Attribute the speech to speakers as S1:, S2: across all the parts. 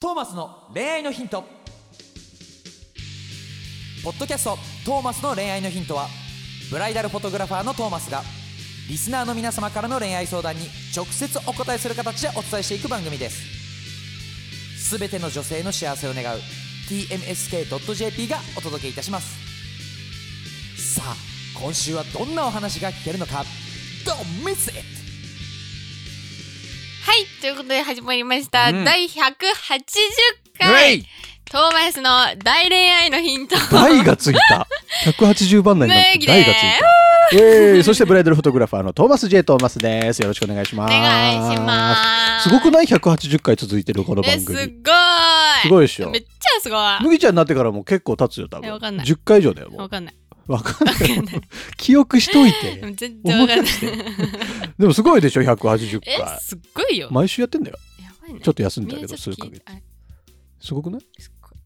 S1: トーマスの恋愛のヒントポッドキャスト「トーマスの恋愛のヒントは」ブライダルフォトグラファーのトーマスがリスナーの皆様からの恋愛相談に直接お答えする形でお伝えしていく番組ですすべての女性の幸せを願う TMSK.jp がお届けいたしますさあ今週はどんなお話が聞けるのか Don't miss it!
S2: はい、ということで始まりました。
S1: うん
S2: 第180回、トーマスの大恋愛のヒント。
S3: 台がつい た。180番台になって台がついた。えーイ、そしてブライダルフォトグラファーのトーマス J トーマスです。よろしくお願いし
S2: お
S3: ます。
S2: 願いします。
S3: すごくない ?180 回続いてるこの
S2: ね
S3: 番組。
S2: す
S3: す
S2: ごい。
S3: ごいでしょ
S2: め。っちゃすご
S3: 麦ちゃんになってからもう結構経つよ、多分。
S2: えわかんない
S3: 10回以上だよ、
S2: い。わ
S3: も
S2: かんない。
S3: う。わかんな
S2: わ
S3: い。
S2: かんない
S3: 記憶しとい
S2: で
S3: て。
S2: も全然わかんない。
S3: でもすごいでしょ、180
S2: え、
S3: 回。
S2: すっごいよ。
S3: 毎週やってんだよ。
S2: やばいね。
S3: ちょっと休んだ
S2: み
S3: け
S2: んな
S3: ど、
S2: ち
S3: 数
S2: ょっと
S3: ヶ
S2: 聞い
S3: 月。
S2: てあ
S3: すごくない
S2: すっごい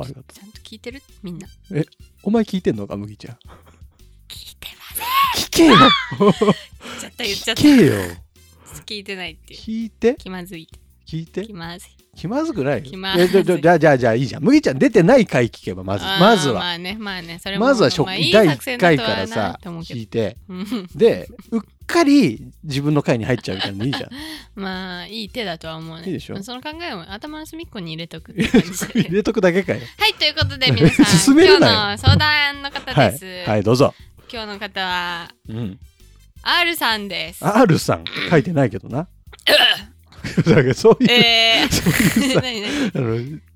S3: あ りがとう。
S2: ちゃんと聞いてるみんな。
S3: お前聞いてんのか、麦ちゃん。
S2: 聞いてま
S3: 聞けよ
S2: す。ちょっと 言っちゃった。
S3: 聞けよ
S2: 聞いてないっていう。
S3: 聞いて
S2: 気まずいって。
S3: 聞いて
S2: 気まずい。
S3: 気まずくない
S2: 気まずい
S3: えじゃじゃじゃあじゃあじゃあいいじゃん麦ちゃん出てない回聞けばまず
S2: あー
S3: まずは
S2: まあね、まあね。それも
S3: まずは初
S2: まあいい
S3: 第
S2: 作戦
S3: 1
S2: だ
S3: 回
S2: と
S3: から
S2: はな
S3: さ
S2: って思うけど
S3: 聞いて
S2: うん
S3: でうっかり自分の回に入っちゃうみたいなのいいじゃ ん
S2: まあいい手だとは思うね。
S3: いいでしょ
S2: その考えを頭の隅っこに入れとくって感 じで
S3: 入れとくだけかよ
S2: はい、ということで皆さん、今
S3: 進め
S2: 日
S3: るなよ
S2: の相談の方
S3: は
S2: です。
S3: いはいどうぞ
S2: 今日の方は
S3: うん
S2: R さんです。
S3: R さん書いてないけどな だからそういう
S2: えー、
S3: そういう さ
S2: 何何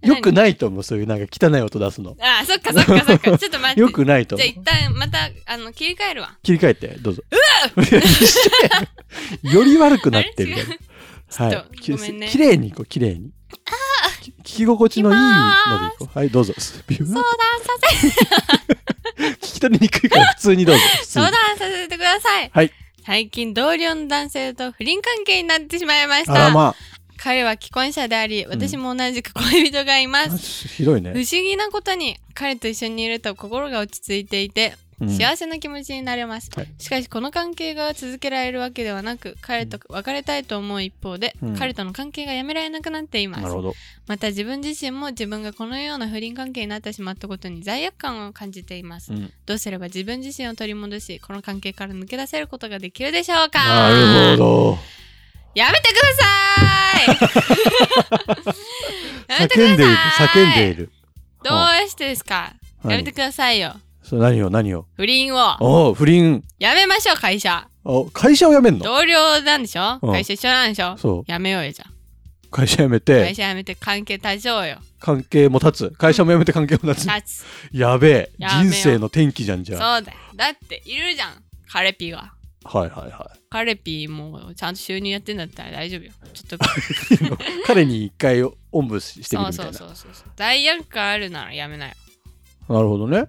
S3: あのよくないと思うそういうなんか汚い音出すの
S2: あ、そっかそっかそっか。ちょっと待って。
S3: よくないと
S2: じゃ
S3: 思
S2: あ
S3: う
S2: 一旦またあの切り替えるわ。
S3: 切り替えてどうぞ より悪くなってる
S2: あれ違うち
S3: は
S2: ょっと
S3: い、き
S2: ごめんね
S3: きれいにいこうきれいにき聞き心地のいいのでいこうはいどうぞビュー
S2: 相談させ、
S3: 聞き取りにくいから普通にどうぞ普通に
S2: 相談させてください。
S3: はい
S2: 最近同僚の男性と不倫関係になってしまいまし
S3: あら
S2: た。
S3: ま
S2: 彼は既婚者であり、私も同じく恋人がいま
S3: あ
S2: す。
S3: ひど
S2: 不
S3: いね、
S2: 思議なことに彼と一緒にいると心が落ち着いていて
S3: うん
S2: 幸せな気持ちになれます、
S3: はい
S2: しかしこの関係が続けられるわけではなく彼と別れたいと思う一方で、
S3: うん
S2: 彼との関係がやめられなくなっています
S3: なるほど
S2: また自分自身も自分がこのような不倫関係になってしまったことに罪悪感を感じています、
S3: うん
S2: どうすれば自分自身を取り戻しこの関係から抜け出せることができるでしょうか
S3: なるほ
S2: やめてください や
S3: ど
S2: めてください
S3: 叫んでいる叫んでいる
S2: どうしてですかや
S3: 何
S2: めてくださいよ
S3: そう何を何を
S2: 不倫を
S3: おう不倫
S2: やめましょう会社
S3: お会社を辞めんの
S2: 同僚なんでしょ
S3: うん
S2: 会社一緒なんでしょ
S3: そう
S2: やめようよじゃあ
S3: 会社辞め
S2: 会
S3: て
S2: 社やめて関係立ちようよ
S3: 関係も立つ会社も辞めて関係も立つ
S2: 立つ
S3: やべえ
S2: やめよう
S3: 人生の転機じゃんじ
S2: そう
S3: ゃあ
S2: だよだっているじゃんカレピが
S3: はいはいは
S2: カレピもちゃんと収入やってんだったら大丈夫よち ょっと
S3: い 彼に一回おんぶしてみ
S2: そ
S3: る
S2: う
S3: みたい
S2: そ
S3: な
S2: うそうそうそう罪悪感あるならやめなよ
S3: なるほどね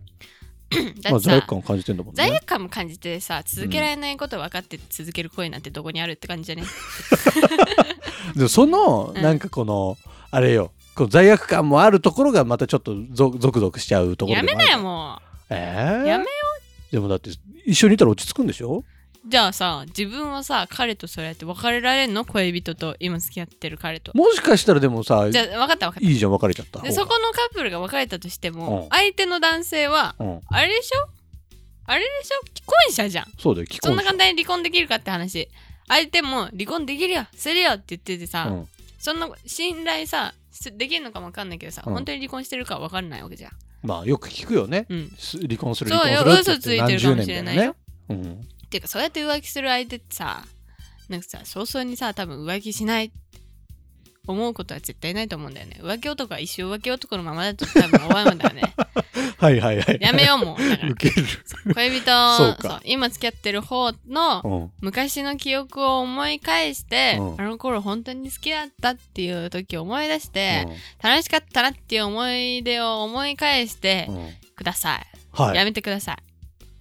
S2: だ
S3: ま
S2: っ
S3: あ
S2: てさ、
S3: 罪悪感を感じてんだもんね
S2: 罪悪感も感じてさ続けられないこと分かって続ける恋なんてどこにあるって感じじゃね、
S3: でもその、
S2: うん
S3: なんかこのあれよこの罪悪感もあるところがまたちょっとゾゾクゾクしちゃうところ
S2: や
S3: でも
S2: め
S3: ある
S2: なよも
S3: え
S2: う
S3: ー、
S2: やめよ
S3: でもだって一緒にいたら落ち着くんでしょ
S2: じゃあさ自分はさ彼とそうやって別れられんの恋人と今付き合ってる彼と
S3: もしかしたらでもさい
S2: じゃあ分かった分かっ
S3: いじゃん別れちゃった
S2: た
S3: 方
S2: で
S3: が
S2: そこのカップルが別れたとしても、
S3: うん
S2: 相手の男性は
S3: うん、
S2: あれでしょあれでしょ既婚者じゃん
S3: そうだよ既
S2: そん
S3: 婚
S2: な
S3: 者
S2: 簡単に離婚できるかって話相手も離婚できるよするよって言っててさ、
S3: うん、
S2: そんな信頼さすできるのかも分かんないけどさ、
S3: うん
S2: 本当に離婚してるか分かんないわけじゃん
S3: まあよく聞くよね
S2: うん
S3: す離婚する
S2: そう
S3: 離婚
S2: よ
S3: するって
S2: 嘘ついて
S3: 何
S2: るか
S3: 十
S2: も
S3: 年
S2: し
S3: みた
S2: れ
S3: い
S2: な
S3: ない
S2: よ
S3: ね、うん、
S2: っていうかそうやって浮気する相手ってさなんかさ早々にさ多分浮気しないって思うことは絶対ないと思うんだよね浮気男は一生浮気男のままだと多分終わるんだよ ね
S3: はいはいはい
S2: やめようもんだ から
S3: 受ける、
S2: 恋人
S3: そうか
S2: そう今付き合ってる方の
S3: うん、
S2: 昔の記憶を思い返して、
S3: うん
S2: あの頃本当に好きだったっていう時を思い出して、
S3: う
S2: 楽しかったなっていう思い出を思い返して
S3: んうん
S2: ください、
S3: はい
S2: やめてください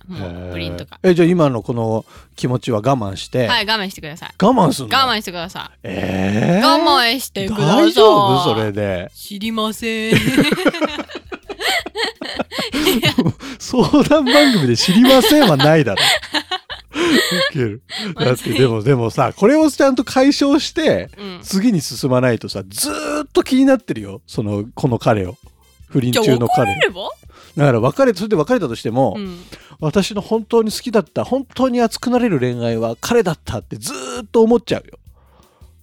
S2: もう不倫とか
S3: えーえじゃあ今のこの気持ちは我慢して、
S2: はい我慢してください
S3: 我慢すんの
S2: 我慢してください
S3: えー、
S2: 我慢してください。
S3: 大丈夫それで
S2: 知りません。
S3: 相談番組で知りませんはないだろウケ る
S2: マジ
S3: だってでもでもさこれをちゃんと解消して
S2: うん
S3: 次に進まないとさずーっと気になってるよそのこの彼を不倫
S2: じゃ
S3: 中
S2: あ
S3: の
S2: 怒
S3: 彼
S2: れれ ば、
S3: だから別れそれで別れたとしても、
S2: うん、
S3: 私の本当に好きだった本当に熱くなれる恋愛は彼だったってずーっと思っちゃうよ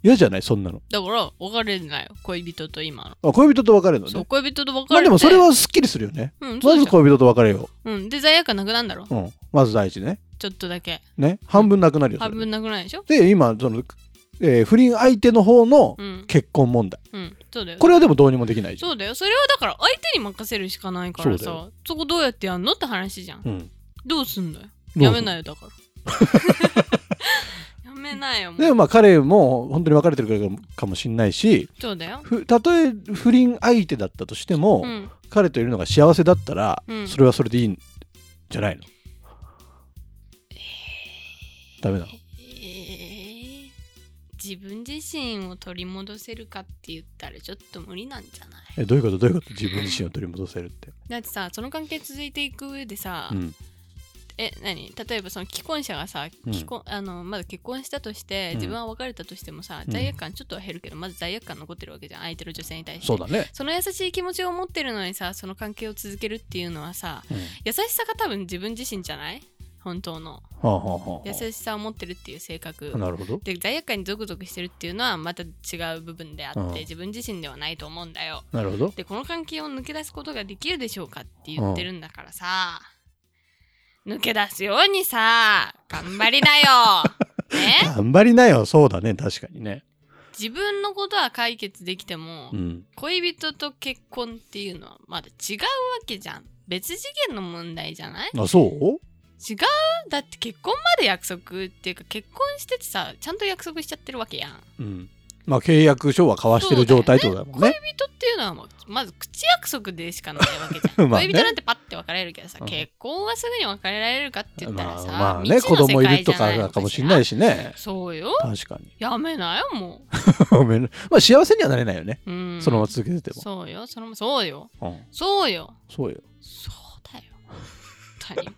S3: 嫌じゃないそんなの
S2: だから別れないよ恋人と今の
S3: あ恋人と別れるの
S2: そう
S3: ね
S2: 恋人と別れて、
S3: まあでもそれはすっきりするよね
S2: うんそ
S3: ま
S2: う
S3: ず
S2: じゃん
S3: 恋人と別れよ
S2: うん、で罪悪感なくなるんだろ
S3: う、うん、まず第一ね
S2: ちょっとだけ
S3: ね半分なくなるよそれ
S2: 半分なくないでしょ
S3: で今その、えー不倫相手の方の
S2: うん
S3: 結婚問題、
S2: うんそうだよ
S3: これはでもどうにもできないじゃん
S2: そうだよそれはだから相手に任せるしかないから
S3: そうだ
S2: さそこどうやってやんのって話じゃん、
S3: うん
S2: どうすんだよ
S3: どう
S2: や
S3: すん
S2: めなよだから やめなよもう
S3: でもまあ彼も本当に別れてるからかもしれないし
S2: そうだよ
S3: ふたとえ不倫相手だったとしても、
S2: うん
S3: 彼といるのが幸せだったら、
S2: うん
S3: それはそれでいいんじゃないの、ダメなの
S2: えー自分自身を取り戻せるかって言ったらちょっと無理なんじゃない
S3: えどういうことどういうこと自分自身を取り戻せるって、
S2: だってさその関係続いていく上でさ、
S3: うん
S2: え何例えばその既婚者がさ、
S3: うん
S2: 既婚あのまだ結婚したとして、
S3: うん
S2: 自分は別れたとしてもさ
S3: うん
S2: 罪悪感ちょっとは減るけど、まず罪悪感残ってるわけじゃん相手の女性に対して
S3: そうだね、
S2: その優しい気持ちを持ってるのにさその関係を続けるっていうのはさ
S3: うん
S2: 優しさが多分自分自身じゃない本当の
S3: はあはあはあ
S2: 優しさを持ってるっていう性格
S3: なるほど
S2: で罪悪感にゾクゾクしてるっていうのはまた違う部分であって、
S3: うん
S2: 自分自身ではないと思うんだよ
S3: なるほど
S2: でこの関係を抜け出すことができるでしょうかって言ってるんだからさ、抜け出すようにさ頑張りな よね
S3: 頑張りなよそうだね確かにね
S2: 自分のことは解決できても、
S3: うん
S2: 恋人と結婚っていうのはまだ違うわけじゃん別次元の問題じゃない
S3: あそう
S2: 違うだって結婚まで約束っていうか結婚しててさちゃんと約束しちゃってるわけやん
S3: うんまあ契約書は交わしてる状態ってことだもんね
S2: 恋人っていうのはもうまず口約束でしかないわけじゃん、
S3: まあね
S2: 恋人なんてパッて別れるけどさ、
S3: うん
S2: 結婚はすぐに別れられるかって言った
S3: ま
S2: ら
S3: あ
S2: さ、
S3: まあね子供いるとかかもしれない
S2: し
S3: しね
S2: そうよ
S3: 確かに
S2: やめなよも
S3: ごめんねまあ幸せにはなれないよね、
S2: う、うん、
S3: そのまま続けてても
S2: そうよそのままそうよ
S3: そう,、
S2: そうよ
S3: そうよ
S2: そうだよ本当に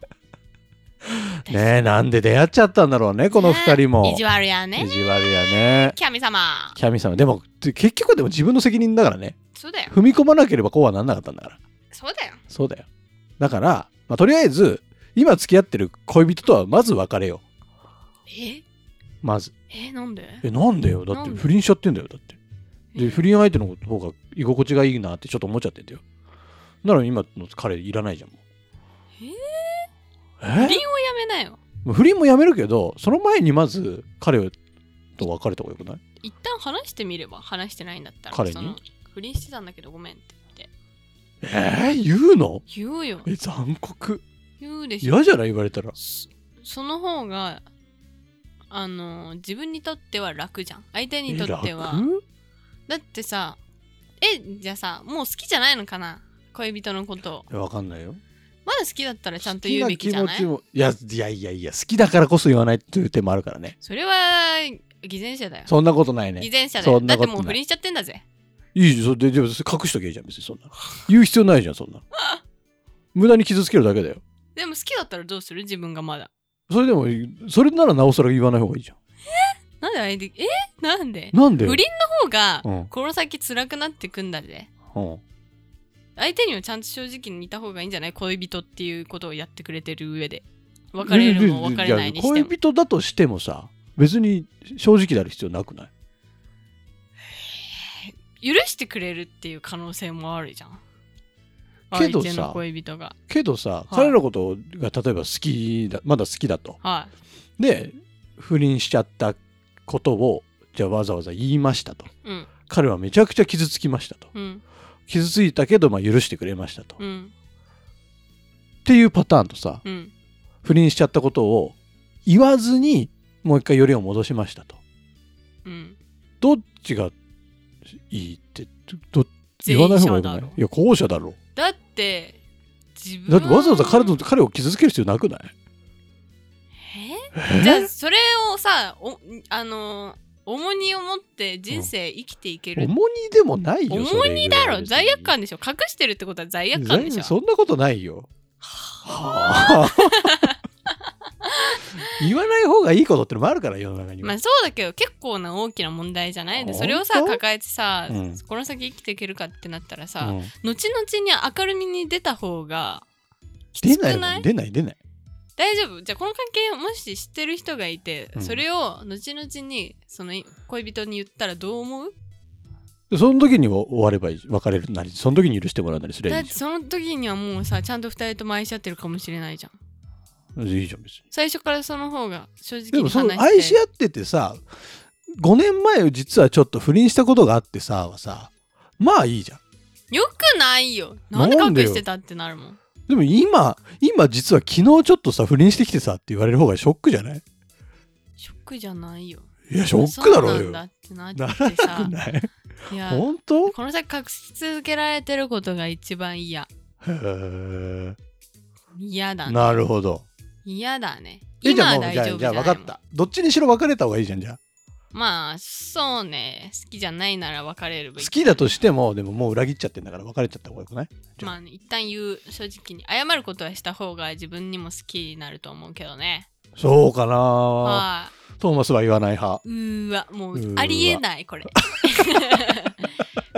S3: ねえなんで出会っちゃったんだろう ねこの二人も
S2: 意地悪や
S3: 意
S2: ね
S3: 地悪やね
S2: 神様
S3: 神様でもて結局でも自分の責任だからね
S2: そうだよ
S3: 踏み込まなければこうはなんなかったんだから
S2: そうだよ
S3: そうだよだから、まあ、とりあえず今付き合ってる恋人とはまず別れよ
S2: え
S3: うまず
S2: えなんで
S3: えなんでよだっ
S2: な
S3: て
S2: んで
S3: 不倫しちゃってんだよだって
S2: え
S3: で不倫相手の方が居心地がいいなってちょっと思っちゃってんだよなのに今の彼いらないじゃんもうえ
S2: 不倫をやめなよ
S3: もう不倫もやめるけどその前にまず彼と別れた方がよくない
S2: 一旦話してみれば話してないんだったら
S3: 彼に
S2: その不倫してたんだけどごめんって言って
S3: えー、言うの
S2: 言うよ
S3: え残酷
S2: 言うでしょ
S3: 嫌じゃない言われたら
S2: そその方があの自分にとっては楽じゃん相手にとっては
S3: 楽
S2: だってさえじゃあさもう好きじゃないのかな恋人のことを
S3: いやわかんないよ
S2: まだ好きだったらちゃんと言うべきじゃ
S3: 好
S2: な
S3: き気持ち
S2: い
S3: もいやいやいやいや好きだからこそ言わないという手もあるからね
S2: それは偽善者だよ
S3: そんなことないね
S2: 偽善者だよ
S3: そん
S2: だっ
S3: なこ
S2: て
S3: とない
S2: もう不倫しちゃってんだぜ
S3: いいじゃんそれででも隠しとけばいいじゃん別にそんな言う必要ないじゃんそ んな無駄に傷つけるだけだよ
S2: でも好きだったらどうする自分がまだ
S3: それでもそれならなおさら言わない方がいいじゃ
S2: なんで相手えなんで
S3: んなんでよ
S2: 不倫の方が
S3: うん
S2: この先辛くなってくんだぜ
S3: うん
S2: 相手にはちゃんと正直にいた方がいいんじゃない恋人っていうことをやってくれてる上で別れるも
S3: でで
S2: 別れないにして
S3: や
S2: も
S3: 恋人だとしてもさ別に正直である必要なくない
S2: 許してくれるっていう可能性もあるじゃん
S3: けど
S2: 相
S3: さ
S2: 手の恋人が
S3: けどさ、
S2: い
S3: 彼のことが例えば好きだまだ好きだと
S2: は
S3: で不倫しちゃったことをじゃあわざわざ言いましたと
S2: いうん
S3: 彼はめちゃくちゃ傷つきましたと
S2: うん
S3: 傷ついたけどまあ許してくれましたと、
S2: う
S3: っ
S2: ん
S3: ていうパターンとさ
S2: うん
S3: 不倫しちゃったことを言わずにもう一回よりを戻しましたと
S2: うん
S3: どっちがいいってど言
S2: 全
S3: わな
S2: 員
S3: い方
S2: 者
S3: がいい
S2: だ
S3: ない
S2: ろ
S3: いや後者だろ
S2: だって自分
S3: だってわざわざ彼の彼を傷つける必要なくない
S2: え
S3: え
S2: じゃあそれをさおあの重荷を持って人生生きていける
S3: 重荷でもないよ
S2: 重荷だろ罪悪
S3: 感
S2: 感でしょ隠してるってことは罪悪感でしょ
S3: そんなことないよはあ 言わない方がいいことってのもあるから世の中には、
S2: まあそうだけど結構な大きな問題じゃないでそれをさ
S3: 本当
S2: 抱えてさ、
S3: うん
S2: この先生きていけるかってなったらさ、
S3: うん
S2: 後々に明るみに出た方がき
S3: 出
S2: つ
S3: ない
S2: く
S3: も
S2: なんい
S3: 出ない出ない
S2: 大丈夫じゃあこの関係もし知ってる人がいて、
S3: うん
S2: それを後々にその恋人に言ったらどう思う
S3: でその時には終わればいいし別れるなりその時に許してもらうなりすれば
S2: だっ
S3: いい
S2: て
S3: じ
S2: その時にはもうさちゃんと二人とも愛し合ってるかもしれないじゃん
S3: ゃんいいじゃん別に
S2: 最初からその方が正直に話して
S3: でもその愛し合っててさ5年前実はちょっと不倫したことがあってさはさまあいいじゃん
S2: よくないよなんで
S3: なんで
S2: 隠
S3: よ
S2: してたってなるもん
S3: でも今今実は昨日ちょっとさ不倫してきてさって言われる方がショックじゃない
S2: ショックじゃないよ
S3: いやショックだろ
S2: そう
S3: よ
S2: なんだってな
S3: な
S2: っ
S3: ら
S2: てさ
S3: なくない
S2: いや
S3: 本当へ
S2: この先隠し続けられてることが一番嫌
S3: え
S2: 嫌だね
S3: なるほど
S2: 嫌だね
S3: えじ
S2: 今
S3: ゃあ
S2: は
S3: もう
S2: 大
S3: じゃ
S2: 丈
S3: あ
S2: 夫
S3: じ
S2: じ
S3: ゃ
S2: ゃ
S3: あ
S2: な
S3: 分
S2: い
S3: か
S2: も
S3: っ
S2: ん
S3: たどっちにしろ別れた方がいいじゃんじゃあ
S2: まあそうね好きじゃないなら別れれば
S3: 好
S2: いい
S3: きだとしてもでももう裏切っちゃってんだから別れちゃった方がよくない
S2: まあね、一旦言う正直に謝ることはした方が自分にも好きになると思うけどね
S3: そうかな
S2: は
S3: トーマスは言わない派
S2: いうーわも
S3: うー
S2: う
S3: わ
S2: ありえないこれ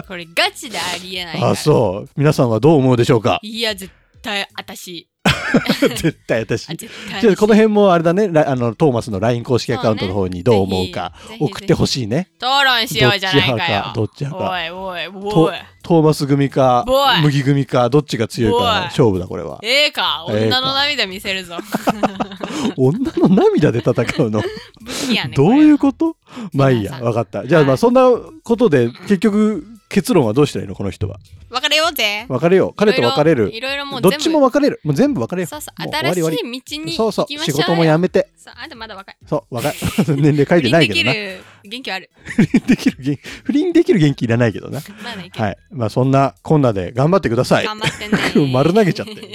S2: これガチでありえないから
S3: あそう皆さんはどう思うでしょうか
S2: いや絶対私
S3: 絶対私
S2: あ絶対
S3: じゃあこの
S2: 辺
S3: 辺もあれだねらあのトーマスの LINE 公式アカウントの方にどう思うか
S2: そうねぜひぜひ
S3: 送ってほしいね
S2: 討論しようじゃないかよ
S3: どっち派か
S2: おいおいお
S3: と
S2: い
S3: トーマス組か
S2: ボーイ
S3: 麦組かどっちが強い
S2: ボーイ
S3: か勝負だこれは
S2: ええか
S3: ええか
S2: 女の涙見せる ぞ
S3: 女の涙で戦うの
S2: 武器やね
S3: どういう
S2: こ
S3: ことまあいい
S2: 皆
S3: や
S2: さん
S3: 分かったじゃあま
S2: は
S3: あ
S2: い
S3: そんなことで結局結論はどうしたらいいのこの人は
S2: れは別れようぜ
S3: 別れよう彼と別れる
S2: いろいろいろいろもう
S3: ど
S2: 全
S3: っ
S2: 部
S3: ちも別れるもう全部別れよ
S2: そうそう
S3: もう終
S2: 新
S3: わ
S2: し
S3: り終わり
S2: い道に
S3: そうそ
S2: 行
S3: う
S2: きまし
S3: 仕
S2: ょうよ
S3: 事もやめて
S2: そうあんたまだ若い
S3: そう若い 年齢書いてない
S2: 不倫でき
S3: けどな
S2: る元気ある
S3: できる元気不倫できる元気いらないけどな
S2: まだいける、
S3: はいまあそんなこんなで頑張ってください
S2: 頑張ってね
S3: 丸投げ ちゃっては
S2: わ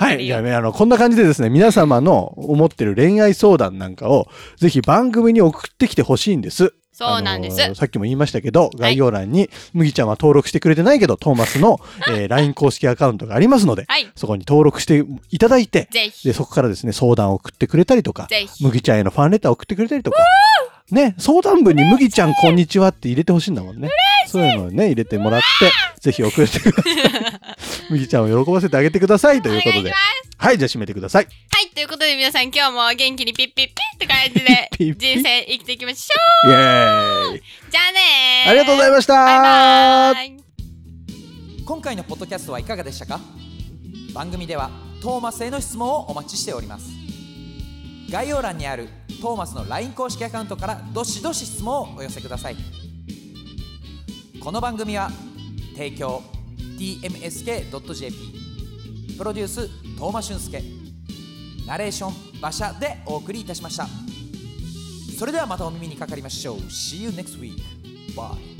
S2: か
S3: い
S2: る
S3: じゃあ
S2: よ
S3: ねあのこんな感じでですね皆様の思ってる恋愛相談なんかをぜひ番組に送ってきてほしいんです
S2: そうなんです、
S3: あのーさっきも言いましたけど概要欄に麦ちゃんは登録してくれてないけどトーマスの、えー LINE 公式アカウントがありますので
S2: はい
S3: そこに登録していただいて
S2: ぜひ
S3: でそこからですね相談を送ってくれたりとか
S2: ぜひ
S3: 麦ちゃんへのファンレターを送ってくれたりとか。ね、相談文に「麦ちゃんこんにちは」って入れてほしいんだもんねそういうのをね入れてもらってぜひ送ってください麦ちゃんを喜ばせてあげてくださいというこ
S2: お願
S3: と
S2: いし
S3: で
S2: ま
S3: はいじゃあ締めてください
S2: はいということで皆さん今日も元気にピッピッピッって感じで
S3: ピッピッピッ
S2: 人生生きていきまし
S3: イエー
S2: ょう
S3: イ
S2: じゃあねー
S3: ありがとうございました
S2: バイバイ
S1: 今回のポッドキャストはいかがでしたか番組ではトーマスへの質問をお待ちしております概要欄にあるトーマスの LINE 公式アカウントからどしどし質問をお寄せくださいこの番組は提供 tmsk.jp プロデューストーマ俊介ナレーション馬車でお送りいたしましたそれではまたお耳にかかりましょう See you next week Bye